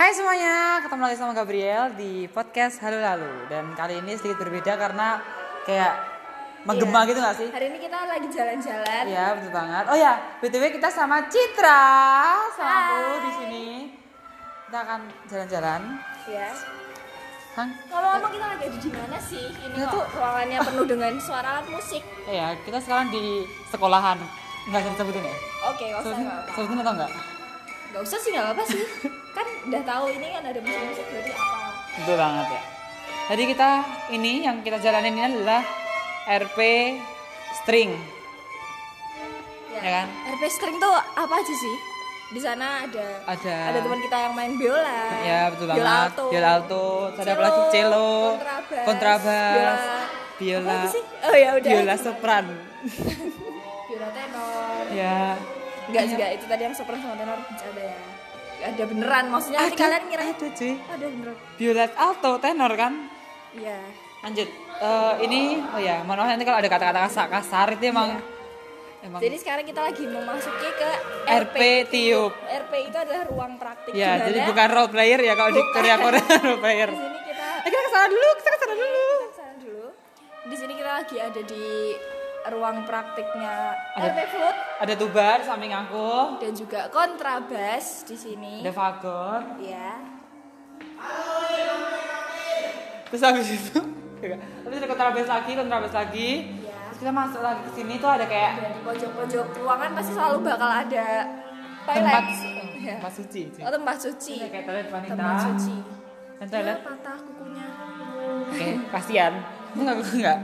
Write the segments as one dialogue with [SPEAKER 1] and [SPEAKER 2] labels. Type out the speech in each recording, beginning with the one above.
[SPEAKER 1] Hai semuanya, ketemu lagi sama Gabriel di podcast Halo Lalu Dan kali ini sedikit berbeda karena kayak menggema
[SPEAKER 2] Iya.
[SPEAKER 1] gitu gak sih?
[SPEAKER 2] Hari ini kita lagi jalan-jalan.
[SPEAKER 1] Iya, betul banget. Oh ya, BTW kita sama Citra sama aku
[SPEAKER 2] Hai.
[SPEAKER 1] di sini. Kita akan jalan-jalan.
[SPEAKER 2] Ya.
[SPEAKER 1] Hang,
[SPEAKER 2] Ngomong-ngomong kita lagi ada di mana sih? Ini
[SPEAKER 1] Kita
[SPEAKER 2] kok
[SPEAKER 1] tuh-
[SPEAKER 2] ruangannya penuh dengan suara alat musik.
[SPEAKER 1] ya kita sekarang di sekolahan. Enggak usah disebutin ya?
[SPEAKER 2] Oke, nggak usah
[SPEAKER 1] Sebutin,
[SPEAKER 2] nggak apa-apa.
[SPEAKER 1] sebutin atau enggak?
[SPEAKER 2] Nggak usah sih nggak apa-apa sih. kan udah tahu ini kan ada musik-musik jadi apa?
[SPEAKER 1] Betul banget ya. Jadi kita ini yang kita jalanin ini adalah RP string. Ya kan?
[SPEAKER 2] RP string tuh apa aja sih? Di sana ada
[SPEAKER 1] Ada.
[SPEAKER 2] teman kita yang main biola.
[SPEAKER 1] Ya betul
[SPEAKER 2] biola
[SPEAKER 1] banget.
[SPEAKER 2] Alto.
[SPEAKER 1] Biola alto, ada apa lagi cello,
[SPEAKER 2] kontrabas,
[SPEAKER 1] kontrabas,
[SPEAKER 2] biola.
[SPEAKER 1] biola,
[SPEAKER 2] apa sih? Oh ya udah.
[SPEAKER 1] biola sopran.
[SPEAKER 2] Biola tenor.
[SPEAKER 1] Ya.
[SPEAKER 2] Enggak juga, itu tadi yang sopran sama tenor ada ya. Ada beneran, maksudnya nanti kalian ngira
[SPEAKER 1] ada cuy.
[SPEAKER 2] ada beneran.
[SPEAKER 1] Biola alto tenor kan.
[SPEAKER 2] Iya.
[SPEAKER 1] Lanjut. Eh, ini oh ya, mohon maaf nanti kalau ada kata-kata kasar, kasar itu emang emang
[SPEAKER 2] Jadi sekarang kita lagi memasuki ke
[SPEAKER 1] RP tiup.
[SPEAKER 2] RP itu adalah ruang praktik.
[SPEAKER 1] Ya,
[SPEAKER 2] dimana
[SPEAKER 1] jadi bukan role player ya kalau di
[SPEAKER 2] Bukan. Iya.
[SPEAKER 1] Korea Korea role player.
[SPEAKER 2] Di sini kita
[SPEAKER 1] Eh, kita kesana dulu, kita kesana dulu.
[SPEAKER 2] kita kesana dulu. Di sini kita lagi ada di ruang praktiknya
[SPEAKER 1] Ada-
[SPEAKER 2] RP flute
[SPEAKER 1] Ada tuba di samping aku,
[SPEAKER 2] dan juga kontrabas di sini.
[SPEAKER 1] ada fagot.
[SPEAKER 2] Ya.
[SPEAKER 1] Terus habis itu Iya. Habis ada kontrabas lagi, kontrabas lagi.
[SPEAKER 2] Iya.
[SPEAKER 1] Terus kita masuk lagi ke sini tuh ada kayak
[SPEAKER 2] Dan di pojok-pojok ruangan pasti selalu bakal ada
[SPEAKER 1] tempat
[SPEAKER 2] toilet. Ya.
[SPEAKER 1] tempat suci.
[SPEAKER 2] Oh, tempat suci.
[SPEAKER 1] Ada kayak toilet wanita.
[SPEAKER 2] Tempat suci.
[SPEAKER 1] Dan toilet.
[SPEAKER 2] Ya, patah kukunya.
[SPEAKER 1] Oke, kasihan. Enggak, enggak, enggak.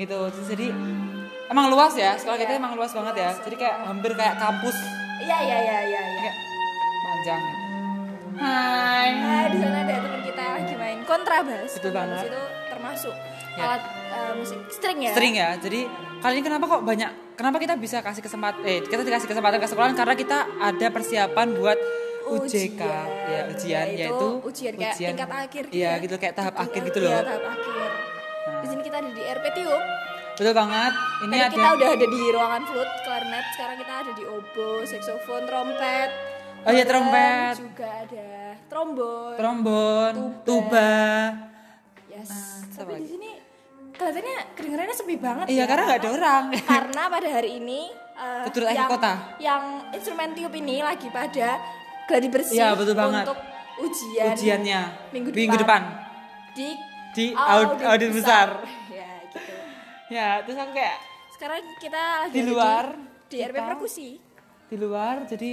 [SPEAKER 1] Gitu. Terus Jadi emang luas ya, sekolah kita
[SPEAKER 2] Iya.
[SPEAKER 1] emang luas banget ya. Jadi kayak hampir kayak kampus
[SPEAKER 2] Iya, iya, iya, iya. Ya.
[SPEAKER 1] kayak panjang. Hai.
[SPEAKER 2] Nah, di sana ada teman kita yang lagi main kontrabas.
[SPEAKER 1] Betul
[SPEAKER 2] Kontrabas
[SPEAKER 1] banget.
[SPEAKER 2] Itu termasuk
[SPEAKER 1] Ya.
[SPEAKER 2] alat eh, musik string ya.
[SPEAKER 1] String ya. Jadi kali ini kenapa kok banyak kenapa kita bisa kasih kesempatan eh kita dikasih kesempatan ke sekolah karena kita ada persiapan buat UJK ya ujian
[SPEAKER 2] Yaitu
[SPEAKER 1] yaitu
[SPEAKER 2] ujian kayak tingkat akhir.
[SPEAKER 1] Iya,
[SPEAKER 2] ya.
[SPEAKER 1] gitu kayak tahap
[SPEAKER 2] Tingkat-
[SPEAKER 1] akhir gitu loh.
[SPEAKER 2] Iya, tahap akhir. Di sini kita ada di RP Tiup.
[SPEAKER 1] Betul banget. Ini
[SPEAKER 2] Tadi
[SPEAKER 1] ada
[SPEAKER 2] kita udah ada di ruangan flute, clarinet. Sekarang kita ada di oboe, saxophone, trompet.
[SPEAKER 1] Oh iya,
[SPEAKER 2] badan,
[SPEAKER 1] trompet.
[SPEAKER 2] Juga ada trombon.
[SPEAKER 1] trombon,
[SPEAKER 2] Tuba.
[SPEAKER 1] tuba.
[SPEAKER 2] yes.
[SPEAKER 1] siapa
[SPEAKER 2] Ah, Tapi
[SPEAKER 1] lagi?
[SPEAKER 2] di sini kelihatannya kedengarannya sepi banget
[SPEAKER 1] Iya,
[SPEAKER 2] ya.
[SPEAKER 1] karena nggak ada orang.
[SPEAKER 2] karena pada hari ini eh,
[SPEAKER 1] Betul, akhir kota.
[SPEAKER 2] yang instrumen tiup ini lagi pada gladi bersih
[SPEAKER 1] Iya, betul banget.
[SPEAKER 2] untuk ujian
[SPEAKER 1] Ujiannya
[SPEAKER 2] minggu depan,
[SPEAKER 1] minggu depan.
[SPEAKER 2] di
[SPEAKER 1] Di aud- audit besar.
[SPEAKER 2] ya gitu
[SPEAKER 1] Ya, terus aku kayak
[SPEAKER 2] sekarang kita lagi
[SPEAKER 1] Di
[SPEAKER 2] ada
[SPEAKER 1] luar,
[SPEAKER 2] di, di RP
[SPEAKER 1] kita-
[SPEAKER 2] perkusi
[SPEAKER 1] di luar jadi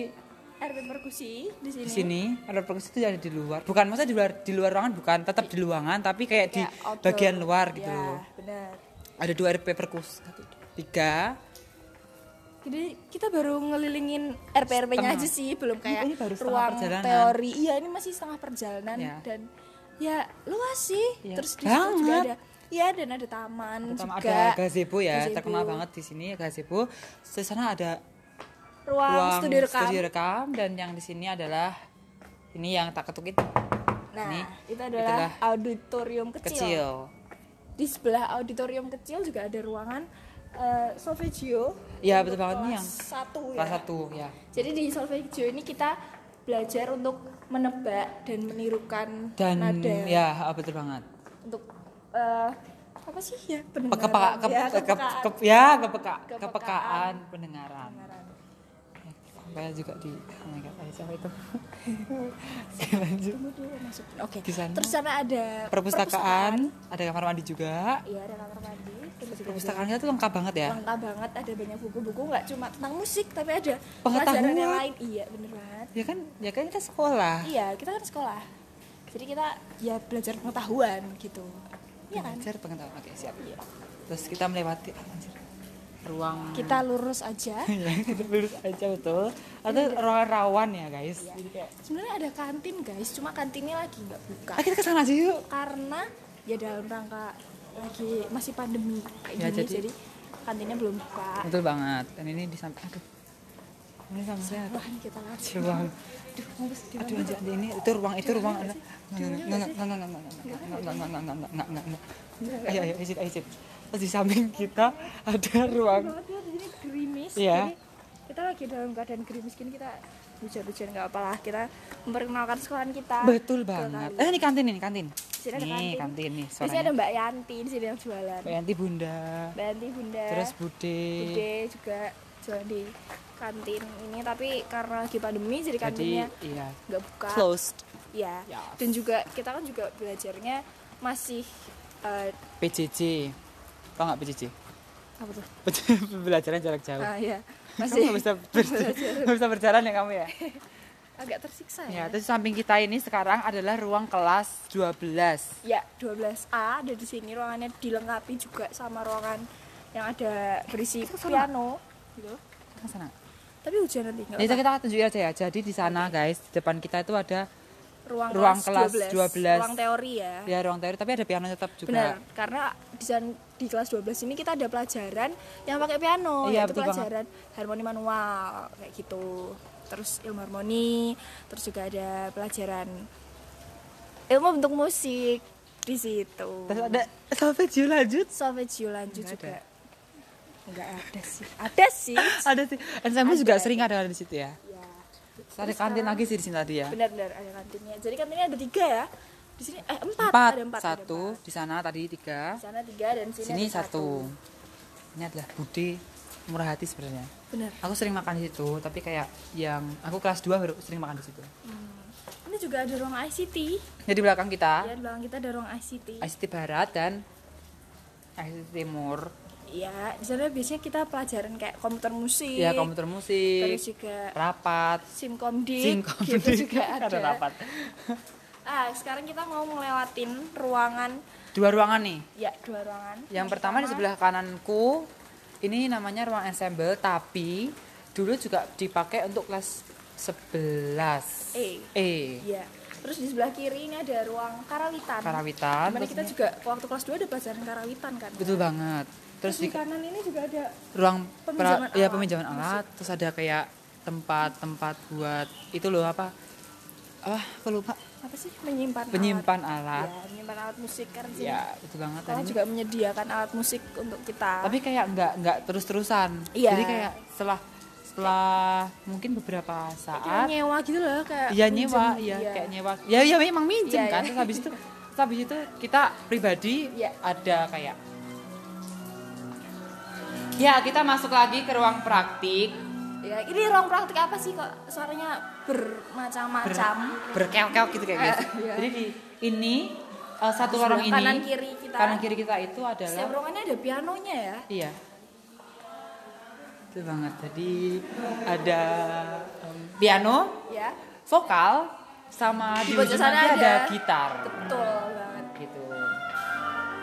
[SPEAKER 2] RP perkusi di sini,
[SPEAKER 1] di sini ada perkusi itu ada di luar bukan maksudnya di luar di luar ruangan bukan tetap di ruangan tapi kayak di
[SPEAKER 2] Kayak outdoor.
[SPEAKER 1] bagian luar gitu
[SPEAKER 2] ya,
[SPEAKER 1] loh.
[SPEAKER 2] benar
[SPEAKER 1] ada dua RP perkus satu tiga
[SPEAKER 2] jadi kita baru ngelilingin
[SPEAKER 1] Setengah.
[SPEAKER 2] RP-RP-nya aja sih belum kayak
[SPEAKER 1] Ini baru setengah
[SPEAKER 2] ruang
[SPEAKER 1] perjalanan.
[SPEAKER 2] teori iya ini masih setengah perjalanan
[SPEAKER 1] Ya.
[SPEAKER 2] dan ya luas sih
[SPEAKER 1] Ya,
[SPEAKER 2] terus di situ juga
[SPEAKER 1] banget.
[SPEAKER 2] ada ya dan ada taman
[SPEAKER 1] pertama
[SPEAKER 2] juga
[SPEAKER 1] ada gazebo ya
[SPEAKER 2] Gazebo.
[SPEAKER 1] terkenal banget di sini ya, gazebo Terus di sana ada
[SPEAKER 2] ruang,
[SPEAKER 1] ruang
[SPEAKER 2] studio rekam
[SPEAKER 1] rekam, dan yang di sini adalah ini yang tak ketuk itu
[SPEAKER 2] nah
[SPEAKER 1] Ini
[SPEAKER 2] itu adalah
[SPEAKER 1] itulah
[SPEAKER 2] auditorium kecil.
[SPEAKER 1] kecil
[SPEAKER 2] di sebelah auditorium kecil juga ada ruangan eh, solfeggio
[SPEAKER 1] Iya,
[SPEAKER 2] untuk
[SPEAKER 1] betul banget. Ini
[SPEAKER 2] kelas
[SPEAKER 1] yang
[SPEAKER 2] satu ya
[SPEAKER 1] kelas satu ya
[SPEAKER 2] Jadi di solfeggio ini kita belajar untuk menebak dan menirukan
[SPEAKER 1] dan
[SPEAKER 2] nada
[SPEAKER 1] ya betul banget
[SPEAKER 2] untuk eh, apa sih ya pendengaran
[SPEAKER 1] Kepekaan, ke,
[SPEAKER 2] ya,
[SPEAKER 1] ke, ke,
[SPEAKER 2] kepekaan.
[SPEAKER 1] ke- ya kepeka, kepekaan,
[SPEAKER 2] Kepekaan.
[SPEAKER 1] pendengaran. Ya,
[SPEAKER 2] Pendengaran.
[SPEAKER 1] Sampai juga di, oh my God, ayo, siapa itu? Saya lanjut.
[SPEAKER 2] Tunggu dulu masukin. Oke.
[SPEAKER 1] Di sana.
[SPEAKER 2] Terus sana ada
[SPEAKER 1] Perpustakaan, ada kamar mandi juga.
[SPEAKER 2] Iya, ada kamar mandi. Terus juga
[SPEAKER 1] Perpustakaannya tuh lengkap banget ya.
[SPEAKER 2] lengkap banget ada banyak buku-buku nggak cuma tentang musik tapi ada
[SPEAKER 1] Pengetahuan.
[SPEAKER 2] pelajaran yang lain. Iya, bener banget.
[SPEAKER 1] Ya kan, ya kan kita sekolah.
[SPEAKER 2] Iya, kita kan sekolah. Jadi kita ya belajar pengetahuan gitu. Iya kan?
[SPEAKER 1] Belajar pengetahuan. Oke, siap. Terus kita melewati ah, anjir. ruang
[SPEAKER 2] Kita lurus aja.
[SPEAKER 1] ya, kita lurus aja betul. Atau
[SPEAKER 2] Iya.
[SPEAKER 1] ruangan rawan ya, guys. Jadi kayak
[SPEAKER 2] Sebenarnya ada kantin, guys. Cuma kantinnya lagi nggak buka.
[SPEAKER 1] ah, kita ke sana aja yuk.
[SPEAKER 2] karena ya dalam rangka lagi masih pandemi kayak
[SPEAKER 1] Ya,
[SPEAKER 2] gini, jadi,
[SPEAKER 1] jadi-
[SPEAKER 2] kantinnya belum buka.
[SPEAKER 1] Betul banget. Dan ini di samping aduh. Ini sama saya.
[SPEAKER 2] Wah, ini kita lagi.
[SPEAKER 1] Ruang
[SPEAKER 2] Aduh, mampus di
[SPEAKER 1] Aduh,
[SPEAKER 2] mana?
[SPEAKER 1] anjir, ada ini itu ruang itu ruang
[SPEAKER 2] nggak
[SPEAKER 1] enggak
[SPEAKER 2] sih?
[SPEAKER 1] enggak enggak enggak enggak enggak enggak enggak enggak enggak enggak enggak ayo ayo izin izin terus di samping kita ada ruang
[SPEAKER 2] Banget ya, di sini gerimis.
[SPEAKER 1] Iya.
[SPEAKER 2] Jadi kita lagi dalam keadaan gerimis gini kita hujan-hujan nggak apalah kita memperkenalkan sekolahan kita
[SPEAKER 1] Betul
[SPEAKER 2] ke
[SPEAKER 1] banget.
[SPEAKER 2] kalian.
[SPEAKER 1] Eh ini kantin ini kantin.
[SPEAKER 2] kan? Di sini ada
[SPEAKER 1] nih
[SPEAKER 2] kantin.
[SPEAKER 1] kantin nih
[SPEAKER 2] Di sini ada
[SPEAKER 1] suaranya.
[SPEAKER 2] Mbak Yanti di sini yang jualan.
[SPEAKER 1] Mbak Yanti Bunda.
[SPEAKER 2] Mbak Yanti Bunda.
[SPEAKER 1] Terus Bude.
[SPEAKER 2] Bude juga jualan di kantin ini tapi karena lagi pandemi
[SPEAKER 1] Jadi
[SPEAKER 2] jadi kantinnya
[SPEAKER 1] iya
[SPEAKER 2] nggak buka.
[SPEAKER 1] closed
[SPEAKER 2] Ya.
[SPEAKER 1] Ya.
[SPEAKER 2] Dan juga kita kan juga belajarnya masih eh,
[SPEAKER 1] PJJ. Tau nggak PJJ?
[SPEAKER 2] apa tuh?
[SPEAKER 1] Pembelajaran jarak jauh.
[SPEAKER 2] Ah ya,
[SPEAKER 1] Kamu
[SPEAKER 2] masih
[SPEAKER 1] nggak bisa berjalan, nggak bisa berjalan ya kamu ya.
[SPEAKER 2] agak tersiksa
[SPEAKER 1] Ya,
[SPEAKER 2] ya.
[SPEAKER 1] terus samping kita ini sekarang adalah ruang kelas 12.
[SPEAKER 2] Ya, 12A ada di sini ruangannya dilengkapi juga sama ruangan yang ada berisi piano gitu.
[SPEAKER 1] Kan sana.
[SPEAKER 2] Tapi hujan nanti nggak
[SPEAKER 1] Jadi
[SPEAKER 2] apa-apa.
[SPEAKER 1] kita tunjukin aja ya. Jadi di sana guys, di depan kita itu ada
[SPEAKER 2] Ruang,
[SPEAKER 1] ruang kelas 12.
[SPEAKER 2] Ruang teori ya.
[SPEAKER 1] ya ruang teori tapi ada piano tetap
[SPEAKER 2] Benar,
[SPEAKER 1] juga.
[SPEAKER 2] karena di, san- di kelas 12 ini kita ada pelajaran yang pakai piano,
[SPEAKER 1] Iya,
[SPEAKER 2] yaitu
[SPEAKER 1] betul
[SPEAKER 2] pelajaran harmoni manual kayak gitu. Terus ilmu harmoni, terus juga ada pelajaran ilmu bentuk musik di situ.
[SPEAKER 1] Terus ada sampai Ju lanjut.
[SPEAKER 2] Savage lanjut
[SPEAKER 1] Nggak
[SPEAKER 2] juga.
[SPEAKER 1] ada.
[SPEAKER 2] Enggak ada sih. Ada sih.
[SPEAKER 1] Ada sih. Ensemble
[SPEAKER 2] Ada,
[SPEAKER 1] juga
[SPEAKER 2] ada.
[SPEAKER 1] sering ada di situ ya.
[SPEAKER 2] ya.
[SPEAKER 1] Terus ada kantin lagi sih di sini tadi ya.
[SPEAKER 2] Benar-benar ada kantinnya. Jadi kantinnya ada tiga ya. Di sini eh empat,
[SPEAKER 1] Empat,
[SPEAKER 2] ada empat. ada
[SPEAKER 1] satu
[SPEAKER 2] empat.
[SPEAKER 1] di sana tadi tiga,
[SPEAKER 2] Di sana tiga dan sini,
[SPEAKER 1] sini
[SPEAKER 2] ada
[SPEAKER 1] satu. Ini adalah Budi murah hati sebenarnya.
[SPEAKER 2] Benar.
[SPEAKER 1] Aku sering makan di situ, tapi kayak yang aku kelas 2 baru sering makan di situ.
[SPEAKER 2] Ini juga ada ruang ICT.
[SPEAKER 1] Jadi belakang
[SPEAKER 2] Ya,
[SPEAKER 1] kita
[SPEAKER 2] di belakang kita ada ruang ICT.
[SPEAKER 1] ICT Barat dan ICT Timur.
[SPEAKER 2] Iya, di sana biasanya kita pelajaran kayak komputer musik.
[SPEAKER 1] Ya komputer
[SPEAKER 2] Terus
[SPEAKER 1] musik,
[SPEAKER 2] Iya. juga
[SPEAKER 1] rapat,
[SPEAKER 2] simkomdik.
[SPEAKER 1] singkom
[SPEAKER 2] gitu juga ada.
[SPEAKER 1] ada rapat.
[SPEAKER 2] Ah, sekarang kita mau ngelewatin ruangan
[SPEAKER 1] Dua ruangan nih.
[SPEAKER 2] ya dua ruangan.
[SPEAKER 1] Yang pertama di sebelah kananku ini namanya ruang ensemble tapi dulu juga dipakai untuk kelas 11
[SPEAKER 2] E. Iya. Terus di sebelah kiri ini ada ruang karawitan.
[SPEAKER 1] Karawitan.
[SPEAKER 2] Dimana
[SPEAKER 1] terus
[SPEAKER 2] Iya. kita
[SPEAKER 1] ini-
[SPEAKER 2] juga waktu kelas 2 ada pelajaran karawitan kan.
[SPEAKER 1] betul banget.
[SPEAKER 2] Terus,
[SPEAKER 1] Gitu, Terus di
[SPEAKER 2] di kanan ini juga ada
[SPEAKER 1] ruang
[SPEAKER 2] Peminjaman
[SPEAKER 1] ya
[SPEAKER 2] alat.
[SPEAKER 1] peminjaman alat, terus ada kayak tempat-tempat buat itu loh apa? Apa? Aku lupa.
[SPEAKER 2] apa sih menyimpan
[SPEAKER 1] Penyimpan alat.
[SPEAKER 2] alat. Ya, menyimpan alat musik kan sih.
[SPEAKER 1] Ya, betul banget. Dan
[SPEAKER 2] Sekolah
[SPEAKER 1] ini-
[SPEAKER 2] juga menyediakan alat musik untuk kita.
[SPEAKER 1] Tapi kayak nggak nggak terus-terusan.
[SPEAKER 2] Iya.
[SPEAKER 1] Jadi kayak setelah setelah mungkin beberapa
[SPEAKER 2] Kayak
[SPEAKER 1] saat
[SPEAKER 2] nyewa gitu loh kayak
[SPEAKER 1] Iya
[SPEAKER 2] pinjem,
[SPEAKER 1] nyewa, iya kayak nyewa. Ya ya memang minjem
[SPEAKER 2] Iya,
[SPEAKER 1] kan.
[SPEAKER 2] iya.
[SPEAKER 1] Terus habis itu terus habis itu kita pribadi
[SPEAKER 2] Iya.
[SPEAKER 1] ada kayak Ya, kita masuk lagi ke ruang praktik
[SPEAKER 2] Ya, ini ruang praktik apa sih kok suaranya
[SPEAKER 1] ber,
[SPEAKER 2] bermacam-macam?
[SPEAKER 1] berkeok-keok gitu kayak gitu.
[SPEAKER 2] Iya.
[SPEAKER 1] Jadi di ini eh, satu lorong ini
[SPEAKER 2] Kanan kiri kita.
[SPEAKER 1] kanan kiri kita itu
[SPEAKER 2] Setiap
[SPEAKER 1] adalah
[SPEAKER 2] ruangannya ada pianonya ya.
[SPEAKER 1] iya. Itu banget. Jadi ada em, piano,
[SPEAKER 2] Ya.
[SPEAKER 1] vokal sama di,
[SPEAKER 2] Di pojok
[SPEAKER 1] ujung
[SPEAKER 2] sana
[SPEAKER 1] nanti ada
[SPEAKER 2] ada.
[SPEAKER 1] gitar
[SPEAKER 2] Betul banget.
[SPEAKER 1] gitu.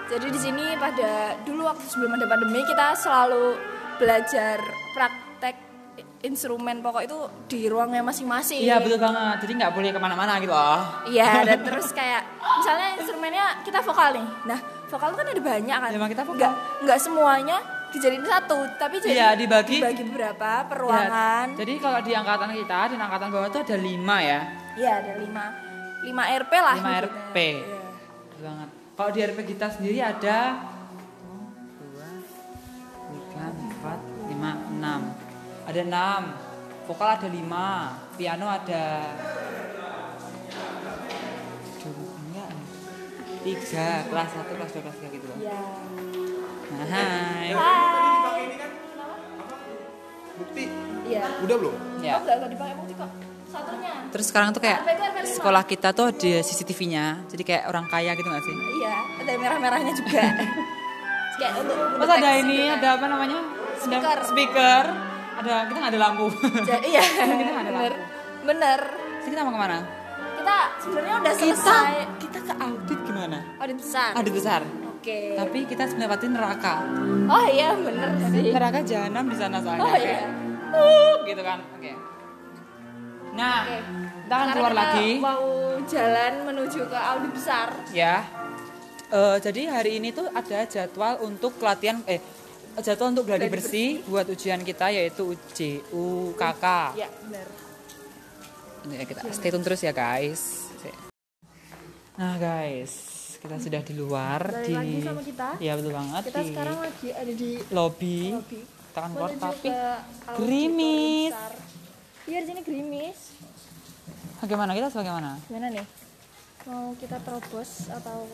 [SPEAKER 2] Jadi di sini pada dulu waktu sebelum ada pandemi kita selalu belajar praktek instrumen pokok itu di ruangnya masing-masing.
[SPEAKER 1] Iya betul banget, jadi nggak boleh kemana-mana gitu loh
[SPEAKER 2] Iya, dan terus kayak misalnya instrumennya kita vokal nih. Nah, vokal kan ada banyak kan.
[SPEAKER 1] Ya, emang kita vokal.
[SPEAKER 2] Nggak, nggak semuanya dijadiin satu, tapi jadi
[SPEAKER 1] Iya, dibagi.
[SPEAKER 2] beberapa per
[SPEAKER 1] Ya,
[SPEAKER 2] ruangan.
[SPEAKER 1] Jadi kalau di angkatan kita, di angkatan bawah itu ada lima ya
[SPEAKER 2] Iya, ada lima lima RP lah.
[SPEAKER 1] Lima
[SPEAKER 2] gitu.
[SPEAKER 1] RP.
[SPEAKER 2] Iya.
[SPEAKER 1] Betul banget Kalau di RP kita sendiri ada oh, dua, tiga, empat, lima, enam Ada enam Vokal ada lima Piano ada Dua, enggak Tiga, kelas satu, kelas dua, kelas tiga gitu loh
[SPEAKER 2] Iya.
[SPEAKER 1] Nah, hai
[SPEAKER 2] Ah.
[SPEAKER 3] Bukti,
[SPEAKER 2] Iya.
[SPEAKER 3] udah belum?
[SPEAKER 1] Ya.
[SPEAKER 2] Oh, enggak, enggak dipakai bukti kok. Satunya.
[SPEAKER 1] Terus sekarang tuh kayak
[SPEAKER 2] Sampai ke level lima.
[SPEAKER 1] sekolah kita tuh ada CCTV-nya, jadi kayak orang kaya gitu gak sih?
[SPEAKER 2] Iya, ada merah-merahnya juga. Kayak untuk
[SPEAKER 1] Terus ada
[SPEAKER 2] mendeteksi
[SPEAKER 1] ini,
[SPEAKER 2] gitu kan.
[SPEAKER 1] ada apa namanya? Ada
[SPEAKER 2] Speaker.
[SPEAKER 1] speaker. Ada kita nggak ada lampu.
[SPEAKER 2] Ja- iya.
[SPEAKER 1] Kita nggak ada
[SPEAKER 2] Bener.
[SPEAKER 1] lampu.
[SPEAKER 2] Bener.
[SPEAKER 1] Terus kita mau kemana?
[SPEAKER 2] Kita sebenarnya udah
[SPEAKER 1] Kita
[SPEAKER 2] selesai
[SPEAKER 1] kita ke audit gimana?
[SPEAKER 2] audit besar.
[SPEAKER 1] Audit besar.
[SPEAKER 2] Oke.
[SPEAKER 1] Tapi kita harus melewati neraka.
[SPEAKER 2] Oh iya, bener sih.
[SPEAKER 1] Neraka jahanam di sana soalnya.
[SPEAKER 2] Oh iya.
[SPEAKER 1] Kayak, "Uh," gitu kan. Oke. Nah,
[SPEAKER 2] Oke.
[SPEAKER 1] kita akan
[SPEAKER 2] Sekarang
[SPEAKER 1] keluar
[SPEAKER 2] kita
[SPEAKER 1] lagi.
[SPEAKER 2] Mau jalan menuju ke audit besar.
[SPEAKER 1] Ya. Eh, jadi hari ini tuh ada jadwal untuk latihan eh jadwal untuk gladi
[SPEAKER 2] Gladi
[SPEAKER 1] bersih, buat ujian kita yaitu UJUKK.
[SPEAKER 2] Iya, bener.
[SPEAKER 1] Ya, kita stay tune terus ya guys. Iya. Nah guys, kita sudah di luar
[SPEAKER 2] Balik
[SPEAKER 1] di
[SPEAKER 2] Hmm. lagi sama kita.
[SPEAKER 1] Iya betul banget
[SPEAKER 2] Kita
[SPEAKER 1] di
[SPEAKER 2] sekarang lagi ada di
[SPEAKER 1] lobi.
[SPEAKER 2] lobi.
[SPEAKER 1] Kita kan keluar
[SPEAKER 2] Menuju
[SPEAKER 1] tapi
[SPEAKER 2] ke auditorium
[SPEAKER 1] gerimis.
[SPEAKER 2] besar. Iya di sini gerimis.
[SPEAKER 1] Bagaimana kita sebagaimana?
[SPEAKER 2] Gimana nih? Mau kita terobos atau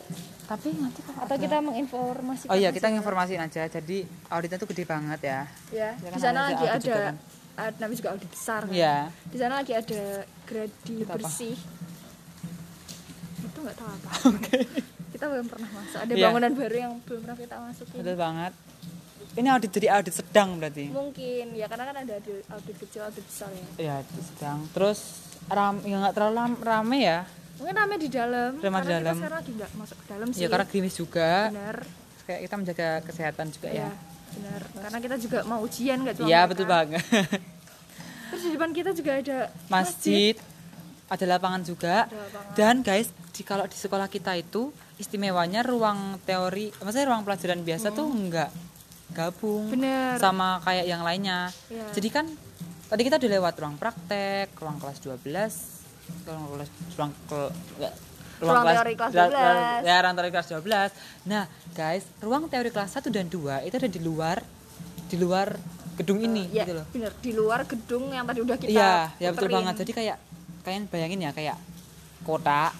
[SPEAKER 1] Tapi nanti kok
[SPEAKER 2] atau kita menginformasikan?
[SPEAKER 1] Oh iya, kita
[SPEAKER 2] saja?
[SPEAKER 1] informasiin aja. Jadi auditnya tuh gede banget ya.
[SPEAKER 2] Ya,
[SPEAKER 1] Ya
[SPEAKER 2] di
[SPEAKER 1] kan
[SPEAKER 2] sana
[SPEAKER 1] ada
[SPEAKER 2] lagi
[SPEAKER 1] audit juga
[SPEAKER 2] ada
[SPEAKER 1] kan.
[SPEAKER 2] ada namanya juga audit besar. kan?
[SPEAKER 1] Iya.
[SPEAKER 2] Di sana lagi ada gradi
[SPEAKER 1] Kita apa?
[SPEAKER 2] bersih. Itu nggak tahu apa. Kita belum pernah masuk. Ada
[SPEAKER 1] Iya.
[SPEAKER 2] bangunan baru yang belum pernah kita masukin.
[SPEAKER 1] Betul banget. Ini audit jadi audit sedang berarti.
[SPEAKER 2] Mungkin ya karena kan ada audit, audit kecil, audit besar ya.
[SPEAKER 1] Iya, audit sedang. Terus ram ya nggak terlalu lam- rame ya.
[SPEAKER 2] Mungkin rame di dalam.
[SPEAKER 1] Rame di
[SPEAKER 2] karena
[SPEAKER 1] dalam.
[SPEAKER 2] Kita sekarang lagi nggak masuk ke dalam sih.
[SPEAKER 1] Ya karena gerimis juga.
[SPEAKER 2] benar.
[SPEAKER 1] Terus Kayak kita menjaga kesehatan juga
[SPEAKER 2] Ya.
[SPEAKER 1] ya.
[SPEAKER 2] benar. Karena kita juga mau ujian nggak cuma
[SPEAKER 1] Iya,
[SPEAKER 2] mereka.
[SPEAKER 1] betul banget.
[SPEAKER 2] Terus di depan kita juga ada
[SPEAKER 1] Masjid ada lapangan juga.
[SPEAKER 2] Ada lapangan.
[SPEAKER 1] Dan guys, di kalau di sekolah kita itu istimewanya ruang teori, maksudnya ruang pelajaran biasa tuh enggak gabung
[SPEAKER 2] Hmm. Bener.
[SPEAKER 1] sama kayak yang lainnya.
[SPEAKER 2] Iya.
[SPEAKER 1] Jadi kan tadi kita udah lewat ruang praktek, ruang kelas 12, ruang kelas ruang ya, kel- enggak,
[SPEAKER 2] Ruang teori kelas
[SPEAKER 1] la- la-
[SPEAKER 2] 12.
[SPEAKER 1] ya, ruang teori kelas 12. Nah, guys, ruang teori kelas 1 dan 2 itu ada di luar di luar gedung ini
[SPEAKER 2] ya,
[SPEAKER 1] gitu loh.
[SPEAKER 2] benar di luar gedung yang tadi udah kita
[SPEAKER 1] Iya, ya betul
[SPEAKER 2] puterin.
[SPEAKER 1] banget. Jadi kayak kalian bayangin ya kayak kota,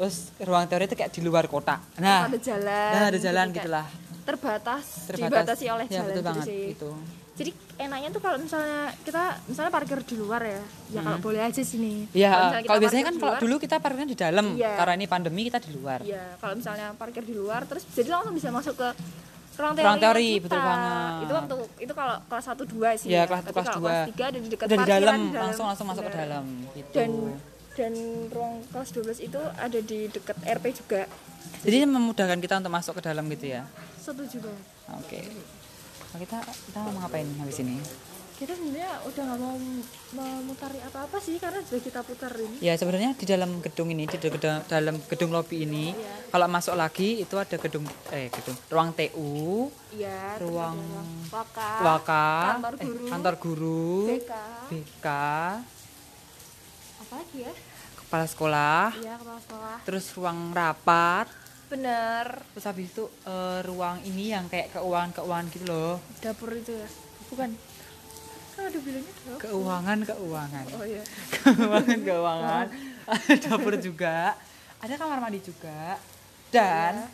[SPEAKER 1] terus ruang teori itu kayak di luar kota.
[SPEAKER 2] Terus
[SPEAKER 1] Nah,
[SPEAKER 2] ada jalan gitu,
[SPEAKER 1] nah, ada jalan
[SPEAKER 2] jadi kayak
[SPEAKER 1] gitulah.
[SPEAKER 2] terbatas,
[SPEAKER 1] Terbatas.
[SPEAKER 2] dibatasi oleh
[SPEAKER 1] ya,
[SPEAKER 2] jalan
[SPEAKER 1] betul
[SPEAKER 2] gitu
[SPEAKER 1] banget
[SPEAKER 2] sih.
[SPEAKER 1] gitu.
[SPEAKER 2] jadi enaknya tuh kalau misalnya kita misalnya parkir di luar ya ya kalau boleh aja sini
[SPEAKER 1] Hmm. Iya,
[SPEAKER 2] misalnya kita
[SPEAKER 1] kalau biasanya
[SPEAKER 2] parkir
[SPEAKER 1] kan
[SPEAKER 2] di
[SPEAKER 1] kalau
[SPEAKER 2] luar,
[SPEAKER 1] dulu kita parkirnya di dalam,
[SPEAKER 2] Iya.
[SPEAKER 1] karena ini pandemi kita di luar.
[SPEAKER 2] iya kalau misalnya parkir di luar terus jadi langsung bisa masuk ke ruang teori,
[SPEAKER 1] Ruang teori,
[SPEAKER 2] kita.
[SPEAKER 1] betul banget.
[SPEAKER 2] itu waktu itu kalau kelas 1 2 sih
[SPEAKER 1] Iya, kelas
[SPEAKER 2] Tapi
[SPEAKER 1] kelas
[SPEAKER 2] kalau
[SPEAKER 1] dua.
[SPEAKER 2] kelas 3 ada di dekat
[SPEAKER 1] Udah di
[SPEAKER 2] parkiran,
[SPEAKER 1] dalam,
[SPEAKER 2] di
[SPEAKER 1] langsung langsung masuk ke
[SPEAKER 2] Benar.
[SPEAKER 1] dalam gitu.
[SPEAKER 2] dan dan ruang kelas 12 itu ada di dekat RP juga
[SPEAKER 1] Jadi memudahkan kita untuk masuk ke dalam gitu ya.
[SPEAKER 2] setuju banget
[SPEAKER 1] Oke. Nah, kita kita mau ngapain habis ini?
[SPEAKER 2] kita sebenarnya udah nggak mau memutari apa-apa sih karena sudah kita puterin
[SPEAKER 1] Ya sebenarnya di dalam gedung ini di de- dalam gedung lobi ini
[SPEAKER 2] Iya.
[SPEAKER 1] kalau masuk lagi itu ada gedung eh gedung ruang TU,
[SPEAKER 2] iya terus
[SPEAKER 1] Ruang
[SPEAKER 2] ada ruang waka,
[SPEAKER 1] waka,
[SPEAKER 2] kantor
[SPEAKER 1] eh,
[SPEAKER 2] guru,
[SPEAKER 1] kantor guru,
[SPEAKER 2] BK
[SPEAKER 1] BK,
[SPEAKER 2] apa lagi ya
[SPEAKER 1] kepala sekolah,
[SPEAKER 2] iya kepala sekolah
[SPEAKER 1] terus ruang rapat,
[SPEAKER 2] bener
[SPEAKER 1] terus habis itu eh, ruang ini yang kayak keuangan-keuangan gitu loh.
[SPEAKER 2] dapur itu ya bukan kan ada bilangnya dapur
[SPEAKER 1] Keuangan, keuangan.
[SPEAKER 2] oh iya
[SPEAKER 1] keuangan keuangan ada dapur juga ada kamar mandi juga dan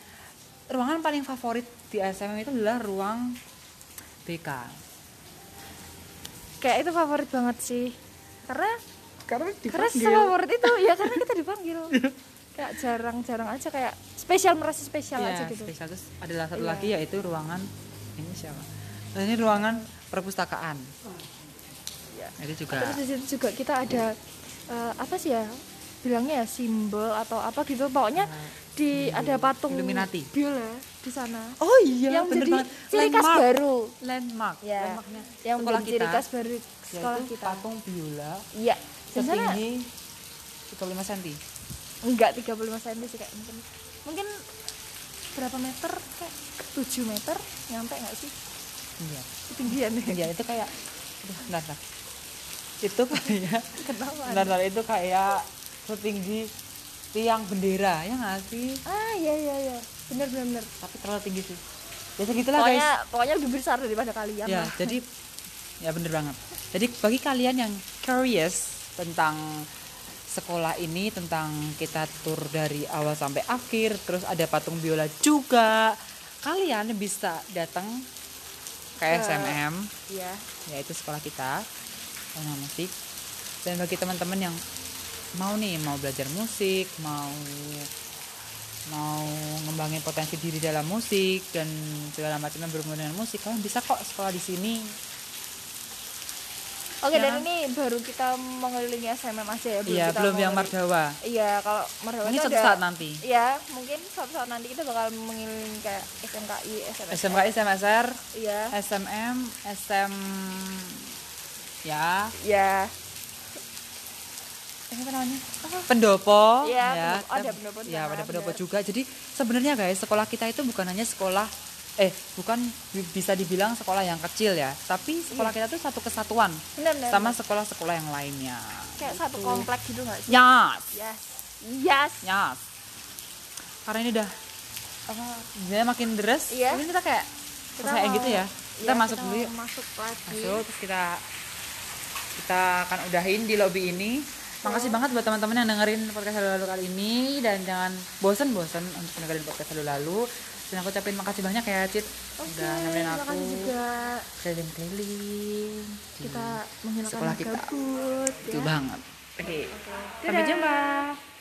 [SPEAKER 1] ruangan paling favorit di SMM itu adalah ruang BK
[SPEAKER 2] kayak itu favorit banget sih karena
[SPEAKER 1] karena
[SPEAKER 2] karena sefavorit itu ya karena kita dipanggil kayak jarang-jarang aja kayak spesial merasa
[SPEAKER 1] Iya,
[SPEAKER 2] spesial aja gitu
[SPEAKER 1] spesial terus adalah satu
[SPEAKER 2] Iya.
[SPEAKER 1] lagi yaitu ruangan ini siapa Nah, ini ruangan perpustakaan
[SPEAKER 2] Iya.
[SPEAKER 1] itu juga
[SPEAKER 2] Terus di situ juga kita ada eh, apa sih ya? Bilangnya ya simbol atau apa gitu. Pokoknya di ada patung
[SPEAKER 1] Nah. Illuminati.
[SPEAKER 2] biola di sana.
[SPEAKER 1] oh iya
[SPEAKER 2] yang
[SPEAKER 1] bener
[SPEAKER 2] menjadi
[SPEAKER 1] banget
[SPEAKER 2] ciri khas
[SPEAKER 1] Landmark.
[SPEAKER 2] baru.
[SPEAKER 1] landmark
[SPEAKER 2] Ya.
[SPEAKER 1] landmarknya
[SPEAKER 2] Yang
[SPEAKER 1] sekolah
[SPEAKER 2] menjadi ciri
[SPEAKER 1] kita,
[SPEAKER 2] khas baru sekolah
[SPEAKER 1] yaitu
[SPEAKER 2] kita.
[SPEAKER 1] patung biola
[SPEAKER 2] Iya. Di sana
[SPEAKER 1] setinggi 35 cm
[SPEAKER 2] enggak 35 cm sih kayak mungkin mungkin berapa meter kayak 7 meter nyampe nggak sih
[SPEAKER 1] iya
[SPEAKER 2] ketinggian ya
[SPEAKER 1] Iya itu kayak Aduh, bentar, bentar. Itu kayak
[SPEAKER 2] kenapa
[SPEAKER 1] bentar, bentar, itu kayak setinggi tiang bendera ya nggak sih?
[SPEAKER 2] ah iya iya iya bener bener bener
[SPEAKER 1] Tapi terlalu tinggi sih. Ya segitulah
[SPEAKER 2] pokoknya
[SPEAKER 1] guys.
[SPEAKER 2] pokoknya lebih besar daripada kalian
[SPEAKER 1] Ya,
[SPEAKER 2] lah.
[SPEAKER 1] jadi ya bener banget. Jadi bagi kalian yang curious tentang sekolah ini tentang kita tur dari awal sampai akhir terus ada patung biola juga kalian bisa datang ke
[SPEAKER 2] Ke-
[SPEAKER 1] SMM
[SPEAKER 2] iya
[SPEAKER 1] yaitu sekolah kita warna musik dan bagi teman-teman yang mau nih mau belajar musik mau mau ngembangin potensi diri dalam musik dan segala macam yang berhubungan dengan musik kalian bisa kok sekolah di sini
[SPEAKER 2] Oke,
[SPEAKER 1] Ya kan?
[SPEAKER 2] dan ini baru kita mengelilingi SMM aja ya.
[SPEAKER 1] iya
[SPEAKER 2] kita
[SPEAKER 1] belum yang
[SPEAKER 2] mengelilingi-
[SPEAKER 1] Mardawa
[SPEAKER 2] Iya, kalau Mardawa
[SPEAKER 1] ini
[SPEAKER 2] itu
[SPEAKER 1] suatu
[SPEAKER 2] ada-
[SPEAKER 1] saat nanti
[SPEAKER 2] Iya, mungkin suatu saat nanti kita bakal mengelilingi kayak SMKI, SMM.
[SPEAKER 1] SMKI SMSR
[SPEAKER 2] Iya.
[SPEAKER 1] SMM SM ya
[SPEAKER 2] Iya.
[SPEAKER 1] Eh, apa namanya? Pendopo,
[SPEAKER 2] Iya,
[SPEAKER 1] ya,
[SPEAKER 2] pendopo. Oh, ada
[SPEAKER 1] kita-
[SPEAKER 2] pendopo di
[SPEAKER 1] ya,
[SPEAKER 2] sana,
[SPEAKER 1] ada pendopo
[SPEAKER 2] benar.
[SPEAKER 1] juga. Jadi sebenarnya guys, sekolah kita itu bukan hanya sekolah, eh bukan bi- bisa dibilang sekolah yang kecil ya, tapi
[SPEAKER 2] Iya.
[SPEAKER 1] sekolah kita tuh satu kesatuan
[SPEAKER 2] Benar, benar.
[SPEAKER 1] sama sekolah-sekolah yang lainnya.
[SPEAKER 2] kayak satu komplek gitu nggak sih?
[SPEAKER 1] Nyas,
[SPEAKER 2] Yes. Yes.
[SPEAKER 1] nyas. Karena ini udah apa? Dia makin deres.
[SPEAKER 2] Iya.
[SPEAKER 1] Ini kita kayak kita
[SPEAKER 2] mau-
[SPEAKER 1] gitu ya. Kita
[SPEAKER 2] iya,
[SPEAKER 1] masuk dulu
[SPEAKER 2] mau
[SPEAKER 1] yuk.
[SPEAKER 2] Masuk lagi.
[SPEAKER 1] Masuk terus kita kita akan udahin di lobby ini. Makasih banget buat teman-teman yang dengerin podcast Lalu Lalu kali ini dan jangan bosen-bosen untuk dengerin podcast Lalu Lalu. Dan aku ucapin makasih banyak ya, Cit.
[SPEAKER 2] Oke,
[SPEAKER 1] udah nemenin
[SPEAKER 2] terima
[SPEAKER 1] aku
[SPEAKER 2] kasih juga
[SPEAKER 1] keliling-keliling.
[SPEAKER 2] kita menghilangkan
[SPEAKER 1] Hmm. sekolah kita.
[SPEAKER 2] gabut
[SPEAKER 1] Itu
[SPEAKER 2] ya.
[SPEAKER 1] banget. Oke.
[SPEAKER 2] Oke.
[SPEAKER 1] Sampai
[SPEAKER 2] Dadah.
[SPEAKER 1] jumpa.